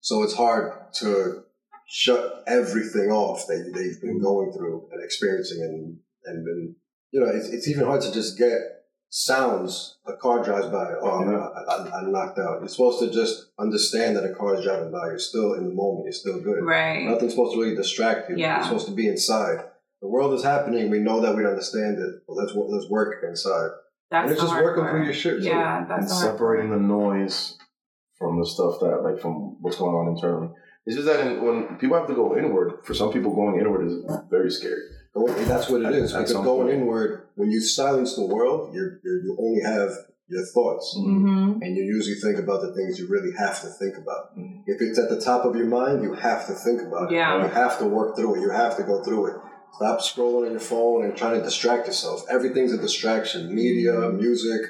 So it's hard to shut everything off that they've been going through and experiencing, and and been you know, it's it's even hard to just get sounds a car drives by. Oh, I'm, I, I, I'm knocked out. You're supposed to just understand that a car is driving by. You're still in the moment. You're still good. Right. Nothing's supposed to really distract you. Yeah. You're supposed to be inside. The world is happening. We know that we don't understand it. But let's wo- let's work inside. That's And it's the just hard working part. through your shit. too. Yeah, And that's the hard separating the noise from the stuff that, like, from what's going on internally. It's just that in, when people have to go inward, for some people, going inward is very scary. Go- and that's what it is. At- at Because some going point. inward, when you silence the world, you're, you're, you only have your thoughts. Mm-hmm. and you usually think about the things you really have to think about. Mhm. If it's at the top of your mind, you have to think about it. Yeah. You have to work through it. You have to go through it. Stop scrolling on your phone and trying to distract yourself. Everything's a distraction. Media, music,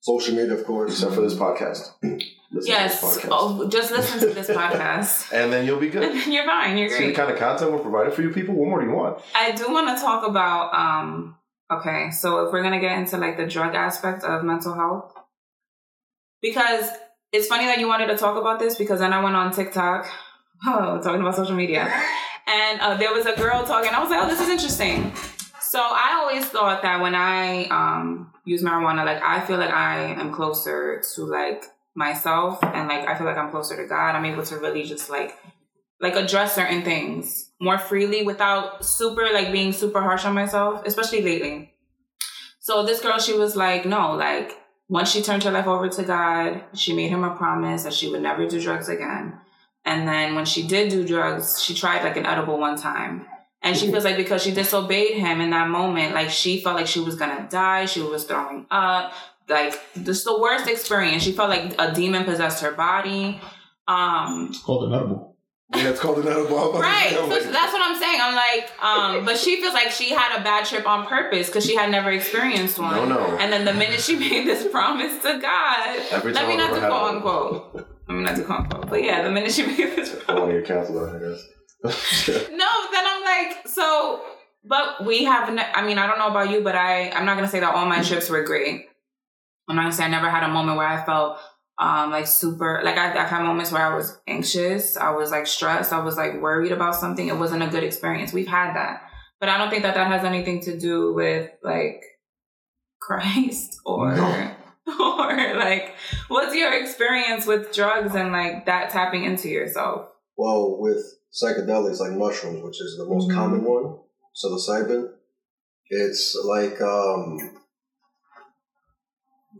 social media, of course. Except for this podcast. Listen to this Yes. podcast. Oh, just listen to this podcast. And then you'll be good. You're fine. You're See the great. kind of content we're providing for you people? What more do you want? I do want to talk about um okay, so if we're gonna get into like the drug aspect of mental health, because it's funny that you wanted to talk about this because then I went on TikTok, oh, talking about social media, and uh, there was a girl talking. I was like, oh, this is interesting. So I always thought that when I um use marijuana, like I feel like I am closer to like myself and like I feel like I'm closer to God. I'm able to really just like like address certain things more freely without super like being super harsh on myself, especially lately. So this girl, she was like, no, like once she turned her life over to God, she made him a promise that she would never do drugs again. And then when she did do drugs, she tried like an edible one time. And she feels like because she disobeyed him in that moment, like she felt like she was gonna die, she was throwing up, like this the worst experience. She felt like a demon possessed her body. Um It's called an edible. Yeah, it's called an edible. Right. So that's what I'm saying. I'm like, um, but she feels like she had a bad trip on purpose because she had never experienced one. No, no. And then the minute she made this promise to God, Every let time me not I've ever do had quote one. unquote. I'm not do quote unquote. But yeah, the minute she made this I promise. want to get canceled, I guess. No, then I'm like, so, but we have, ne- I mean, I don't know about you, but I, I'm not going to say that all my trips were great. I'm not going to say I never had a moment where I felt um, like super, like I, I've had moments where I was anxious, I was like stressed, I was like worried about something. It wasn't a good experience. We've had that. But I don't think that that has anything to do with like Christ or. No. Or like, what's your experience with drugs and like that tapping into yourself? Well, with psychedelics like mushrooms, which is the most Mhm. common one, psilocybin, it's like um,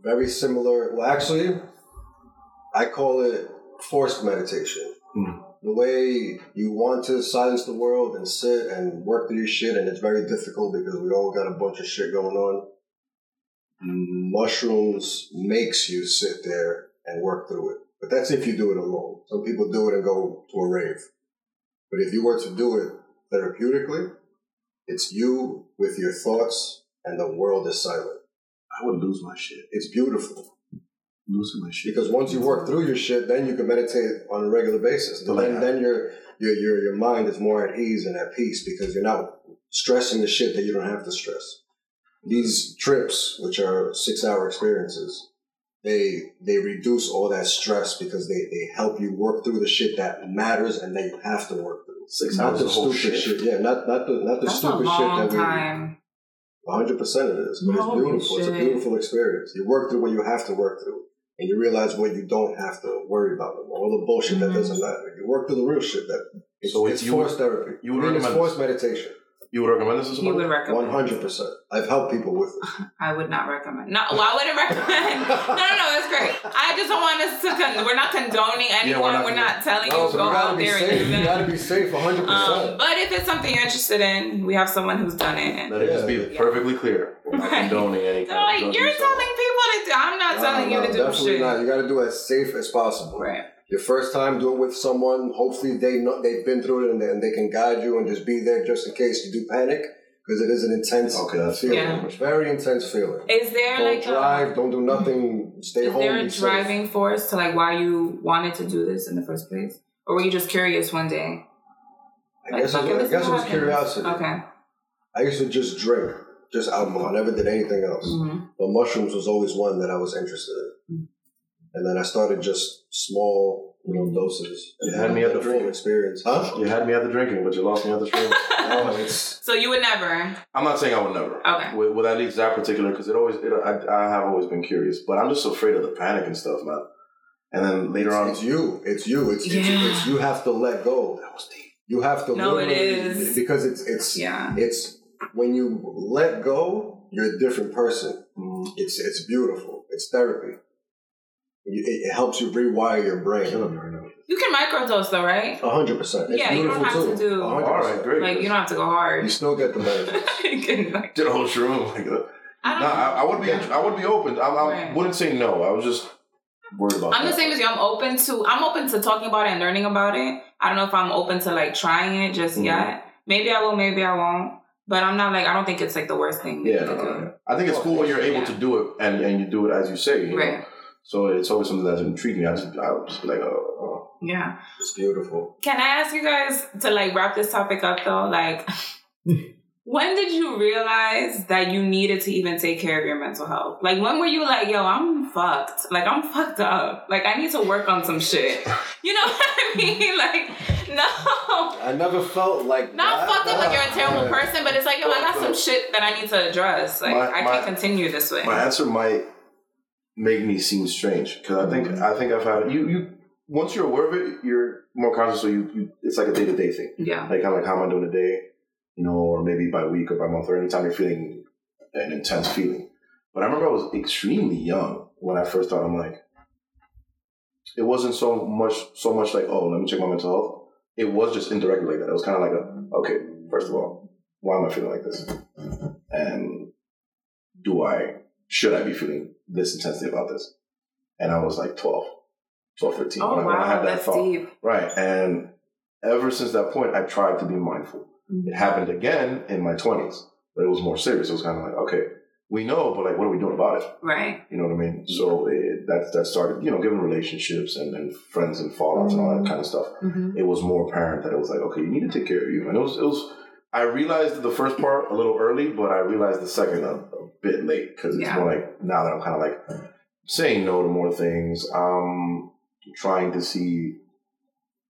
very similar. Well, actually, I call it forced meditation. Hmm. The way you want to silence the world and sit and work through your shit, and it's very difficult because we all got a bunch of shit going on. Mushrooms makes you sit there and work through it. But that's if you do it alone. Some people do it and go to a rave. But if you were to do it therapeutically, it's you with your thoughts and the world is silent. I would lose my shit. It's beautiful. Losing my shit. Because once you work through your shit, then you can meditate on a regular basis. But Then, like- then your, your your your mind is more at ease and at peace because you're not stressing the shit that you don't have to stress. These trips, which are six hour experiences, they they reduce all that stress because they, they help you work through the shit that matters and that you have to work through. Six Not hours the of whole stupid shit. shit. Yeah, not not the not the That's a stupid long shit that we time. 100% it is. But Holy it's beautiful. It's a shit. beautiful experience. You work through what you have to work through. And you realize what you don't have to worry about anymore. All the bullshit Mhm. that doesn't matter. You work through the real shit that it's, So it's, it's you- forced therapy. you would I mean, it's recommend- forced meditation. You would recommend this to You somebody? would recommend. One hundred percent. percent. I've helped people with it. I would not recommend. No, well, I wouldn't recommend. no, no, no, it's great. I just don't want us to. Con- we're not condoning anyone. we're not we're not telling you so go out there and do You that. gotta be safe, Um, 100. percent but if it's something you're interested in, we have someone who's done it. And Let it just be perfectly clear. We're not Right. condoning any they're kind like, of you're telling drug people use. to do. I'm not telling you to do definitely shit. not. You gotta do it as safe as possible. Right. Your first time, do it with someone. Hopefully, they know they've been through it and they, and they can guide you and just be there just in case you do panic because it is an intense Okay, that's feeling. Yeah. Very intense feeling. Is there don't like drive. a, don't do nothing. Stay is home. there be a safe. driving force to like why you wanted to do this in the first place, or were you just curious one day? I guess, it, Like, fuck was, I this guess it was happens. curiosity. Okay. I used to just drink, just alcohol. I never did anything else. hmm But mushrooms was always one that I was interested in. Mm. And then I started just small, you know, doses. You had me at the Full drink. experience, huh? You had me at the drinking, but you lost me at the stream. No, it's So you would never. I'm not saying I would never. Okay. With, with at least that particular, because it always, it, I, I have always been curious, but I'm just afraid of the panic and stuff, man. And then later on, it's you. It's you. It's, it's, Yeah. it's you have to let go. That was deep. You have to. No, it literally- is. because it's it's Yeah. it's when you let go, you're a different person. It's it's beautiful. It's therapy. You- It, it helps you rewire your brain. You can microdose though, right? A hundred percent. It's Yeah, you don't beautiful have to too. do- A all hundred right, percent. great. Like you don't have to go You hard. still get the benefits. You can, like- did a whole shroom. Like, uh, I don't nah, I, I would be, Yeah. I would be open. I, I Right. wouldn't say no. I was just worried about. I'm the that. same as you. I'm open to I'm open to talking about it and learning about it. I don't know if I'm open to like trying it just Mhm. yet. Maybe I will, maybe I won't. But I'm not like I don't think it's like the worst thing. Yeah, to no, no, do. no. I think it's cool when you're able to do it and, and you do it as you say. you know? Right. So it's always something that's intrigued me. I just, I was just like, oh, Yeah. It's beautiful. Can I ask you guys to like wrap this topic up though? Like when did you realize that you needed to even take care of your mental health? Like when were you like, yo, I'm fucked. Like I'm fucked up. Like I need to work on some shit. You know what I mean? Like, no. I never felt like Not that. fucked up like you're a terrible Yeah. person, but it's like, yo, I got some shit that I need to address. Like, My- I my- can't continue this way. my answer might make me seem strange because I think Mm-hmm. I think I've had you you once you're aware of it, you're more conscious. So you, you it's like a day to day thing. yeah. Like how like how am I doing today? You know, or maybe by week or by month or anytime you're feeling an intense feeling. But I remember I was extremely young when I first thought I'm like, it wasn't so much so much like oh let me check my mental health. It was just indirectly like that. It was kind of like a okay first of all why am I feeling like this and do I should I be feeling this intensely about this? And I was like 12, 12, 13 Oh, when, I, when I wow, had that that's thought. deep. Right. And ever since that point, I tried to be mindful. It happened again in my 20s, but it was more serious. It was kind of like, okay, we know, but like, what are we doing about it? Right. You know what I mean? So it, that, that started, you know, given relationships and, and friends and fallouts and all that kind of stuff, Mhm. it was more apparent that it was like, okay, you need to take care of you. And it was, it was, I realized the first part a little early, but I realized the second a, a bit late because it's Yeah. more like now that I'm kind of like saying no to more things. Um, trying to see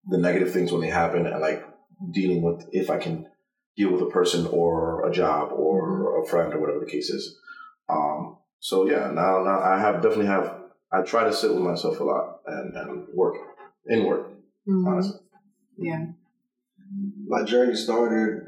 the negative things when they happen and like dealing with if I can deal with a person or a job or a friend or whatever the case is. Um, so yeah, now now I have definitely have I try to sit with myself a lot and, and work inward. Mm-hmm. Honestly. Yeah. My journey started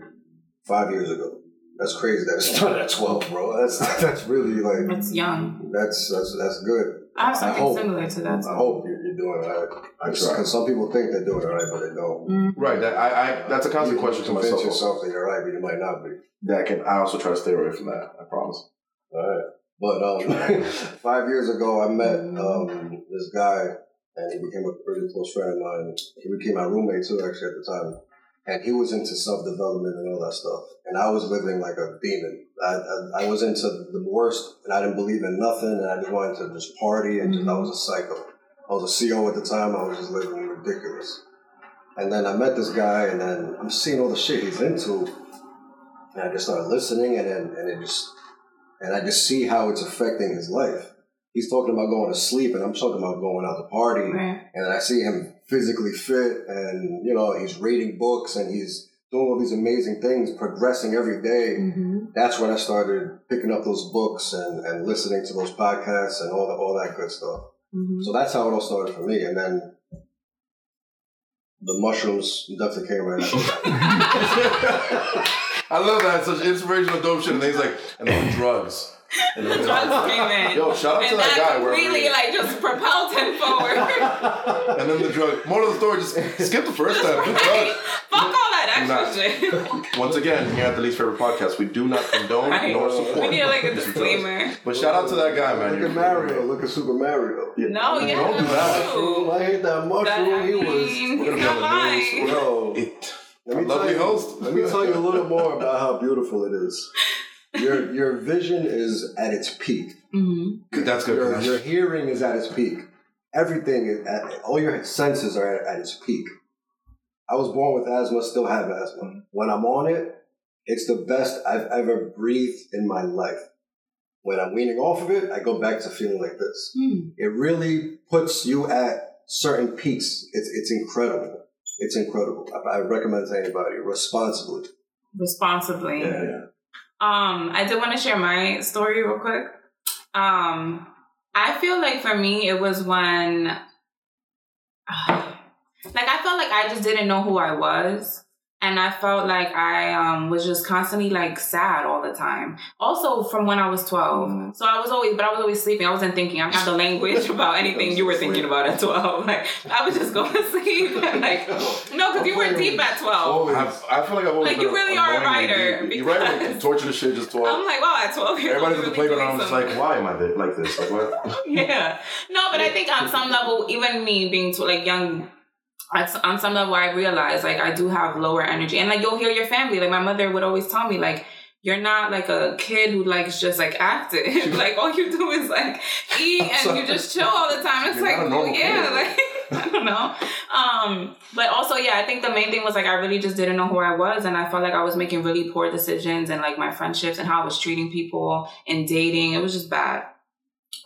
five years ago. That's crazy. That it started at twelve, bro. That's that's really like That's young. that's that's that's good. I have I something hope. similar to that. I hope you're, you're doing all right. I try. Because some people think they're doing all right, but they don't. Right. That I, I that's a constant You question to convince myself. yourself that you're right, but you might not be. That can I also try to stay away from that, I promise. All right. But um, five years ago, I met Mm-hmm. um, this guy, and he became a really close friend of mine. He became my roommate too, actually, at the time. And he was into self development and all that stuff. And I was living like a demon. I, I, I was into the worst, and I didn't believe in nothing, and I just wanted to just party, and just, I was a Mm-hmm. psycho. I was a CO at the time. I was just living ridiculous. And then I met this guy, and then I'm seeing all the shit he's into, and I just started listening, and then and it just and I just see how it's affecting his life. He's talking about going to sleep, and I'm talking about going out to party. Right. And I see him physically fit, and you know he's reading books, and he's doing all these amazing things, progressing every day. Mm-hmm. That's when I started picking up those books and, and listening to those podcasts and all the, all that good stuff. So that's how it all started for me, and then the mushrooms definitely came right. after that. I love that. Such inspirational dope shit. And things like, and then drugs. And then Drugs came in. Yo, shout out to and that guy wherever he completely is. like just propelled him forward. And then the drug. More to the story, just skip the first time. Do Fuck drugs. all that Nah. extra shit. Once again, here at the Least Favorite Podcast, we do not condone Right. nor support. We need like a drugs. disclaimer. But shout out to that guy, man. Look You're- at Mario. Look at Super Mario. Yeah. No, yeah. Don't do that. Mushroom, I hate that That, mushroom. I He mean, was. We're gonna be he's not on the news. lying. Yo, It- let Our me tell lovely you. host. Let me tell you a little more about how beautiful it is. Your your vision is at its peak. That's good. 'cause Your, that's- your hearing is at its peak. Everything, is at, all your senses are at, at its peak. I was born with asthma, still have asthma. When I'm on it, it's the best I've ever breathed in my life. When I'm weaning off of it, I go back to feeling like this. It really puts you at certain peaks. It's, it's incredible. It's incredible. I, I recommend it to anybody responsibly. Responsibly. Yeah, yeah. Um, I did want to share my story real quick. Um, I feel like for me, it was when, like, I felt like I just didn't know who I was. And I felt like I um, was just constantly like sad all the time. Also, from when I was 12. Mm-hmm. So I was always, but I was always sleeping. I wasn't thinking. I don't have the language about anything you were thinking about at 12. Like, I would just go to sleep. like, no, because you were deep at 12. I've- I feel like I've always Like, been you really are a annoyingly writer, deep. You write like because- torture the shit just to I'm like, wow, at 12 years old. Everybody's at the you're really playground. I'm doing just something. like, why am I thi- like this? Like what? yeah. No, but I think on some level, even me being too, like young, on s- on some level, I realized like I do have lower energy, and like you'll hear your family. Like my mother would always tell me like. You're not like a kid who likes just like active. like all you do is like eat and you just chill all the time. It's You're like not a normal yeah, kid. like I don't know. Um, but also yeah, I think the main thing was like I really just didn't know who I was, and I felt like I was making really poor decisions and like my friendships and how I was treating people and dating. It was just bad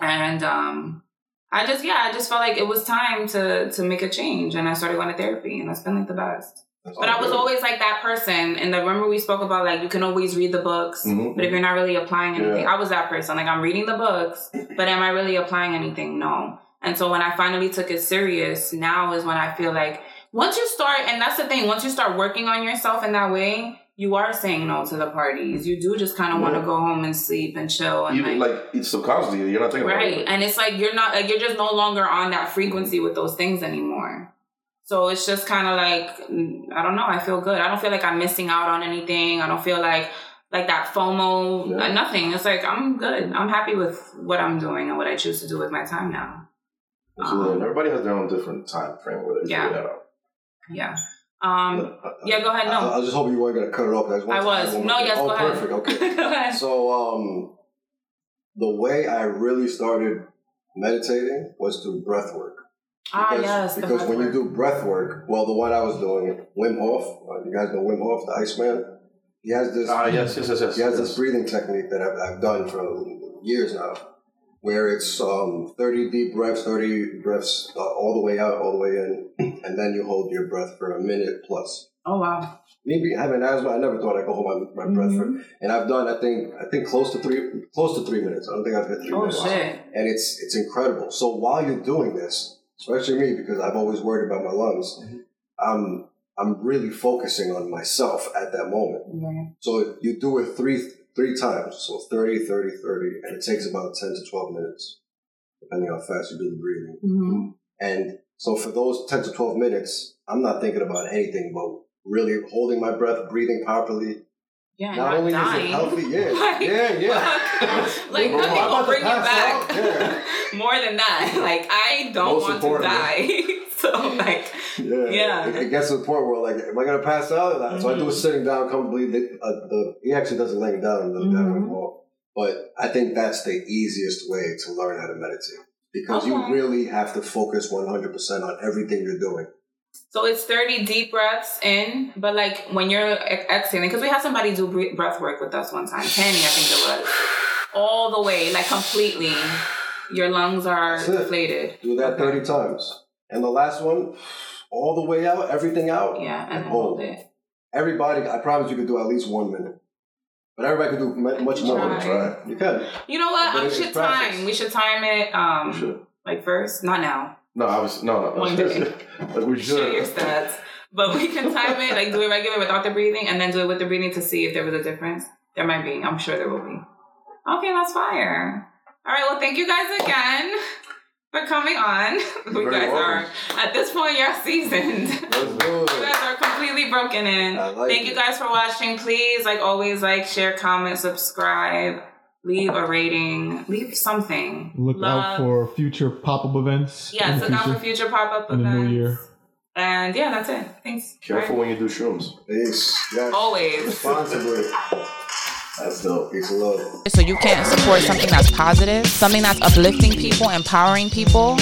and um I just yeah, I just felt like it was time to to make a change and I started going to therapy and that's been like the best. But I was always like that person and the remember we spoke about like you can always read the books, Mhm. but if you're not really applying anything, Yeah. I was that person. Like I'm reading the books, but am I really applying anything? No. And so when I finally took it serious, now is when I feel like once you start and that's the thing, once you start working on yourself in that way, you are saying no to the parties. You do just kind of want to Yeah. go home and sleep and chill and Even like like it's subconsciously, you're not thinking about right it. and it's like you're not like you're just no longer on that frequency with those things anymore so it's just kind of like mm, i don't know i feel good i don't feel like i'm missing out on anything i don't feel like like that fomo Yeah. uh, nothing it's like i'm good i'm happy with what i'm doing and what i choose to do with my time now Absolutely. And everybody has their own different time frame where they Yeah. figure that out. uh, yeah um yeah go ahead I, I no was just hoping you weren't going to cut it off. I, just wanted i to add was one no more yes thing. go oh, ahead perfect. Okay. go ahead So, um, the way I really started meditating was through breath work. ah yes the because when you breathwork. do breath work, well, the one I was doing, Wim Hof, uh, you guys know Wim Hof, the Iceman? He has this, Ah, yes, yes, yes, yes. he has this breathing technique that I've, I've done for years now, where it's um, 30 deep breaths, 30 breaths uh, all the way out, all the way in, and then you hold your breath for a minute plus oh wow Mm-hmm. maybe having asthma, I never thought I could hold my, my breath for. And I've done, I think, I think close to three, close to three minutes. I don't think I've hit three oh minutes. shit And it's it's incredible. So while you're doing this, especially me, because I've always worried about my lungs, Mm-hmm. I'm I'm really focusing on myself at that moment. Right. So you do it three three times. So 30, 30, 30, and it takes about ten to twelve minutes, depending how fast you do the breathing. Mhm. And so for those 10 to 12 minutes, I'm not thinking about anything but really holding my breath, breathing properly. yeah not not only dying. is it healthy, yeah, Like, yeah, yeah. Fuck. like Bro, nothing I'm about will to bring you pass out. back. More than that, like I don't Most want to important. die. so like, Yeah, Yeah. Mm-hmm. It, it gets to the point where like, am I gonna pass out? So I do it sitting down comfortably. The, uh, the he actually doesn't lay down in the Mhm. bathroom wall, but I think that's the easiest way to learn how to meditate because Okay. you really have to focus one hundred percent on everything you're doing. so it's thirty deep breaths in, but like when you're ex- exhaling, because we had somebody do bre- breath work with us one time, Penny, I think it was, all the way, like completely. Your lungs are That's it. deflated. Do that thirty times, and the last one, all the way out, everything out. Yeah, and and hold hold. it. Everybody, I promise you could do at least one minute. But everybody could do mu- much can more. try. Try. You can. You know what? But I it's should practice. time. We should time it. Um, We should. like first, not now. No, I was no, no. One day. like we Share your should. stats. But we can time it, like do it regular without the breathing, and then do it with the breathing to see if there was a difference. There might be. I'm sure there will be. Okay, that's fire. All right. Well, thank you guys again for coming on. you You're very guys welcome. are at this point, you're seasoned. You guys are completely broken in. I like Thank it. you guys for watching. Please, like always, like, share, comment, subscribe, leave a rating, leave something. Look out for future pop up events. in yes. the Look out for future. future pop up in the events. new year. And yeah, that's it. Thanks. Careful when you do shrooms. Peace. Yes. Always. Responsibly. That's dope. Peace and love. So you can't support something that's positive, something that's uplifting people, empowering people.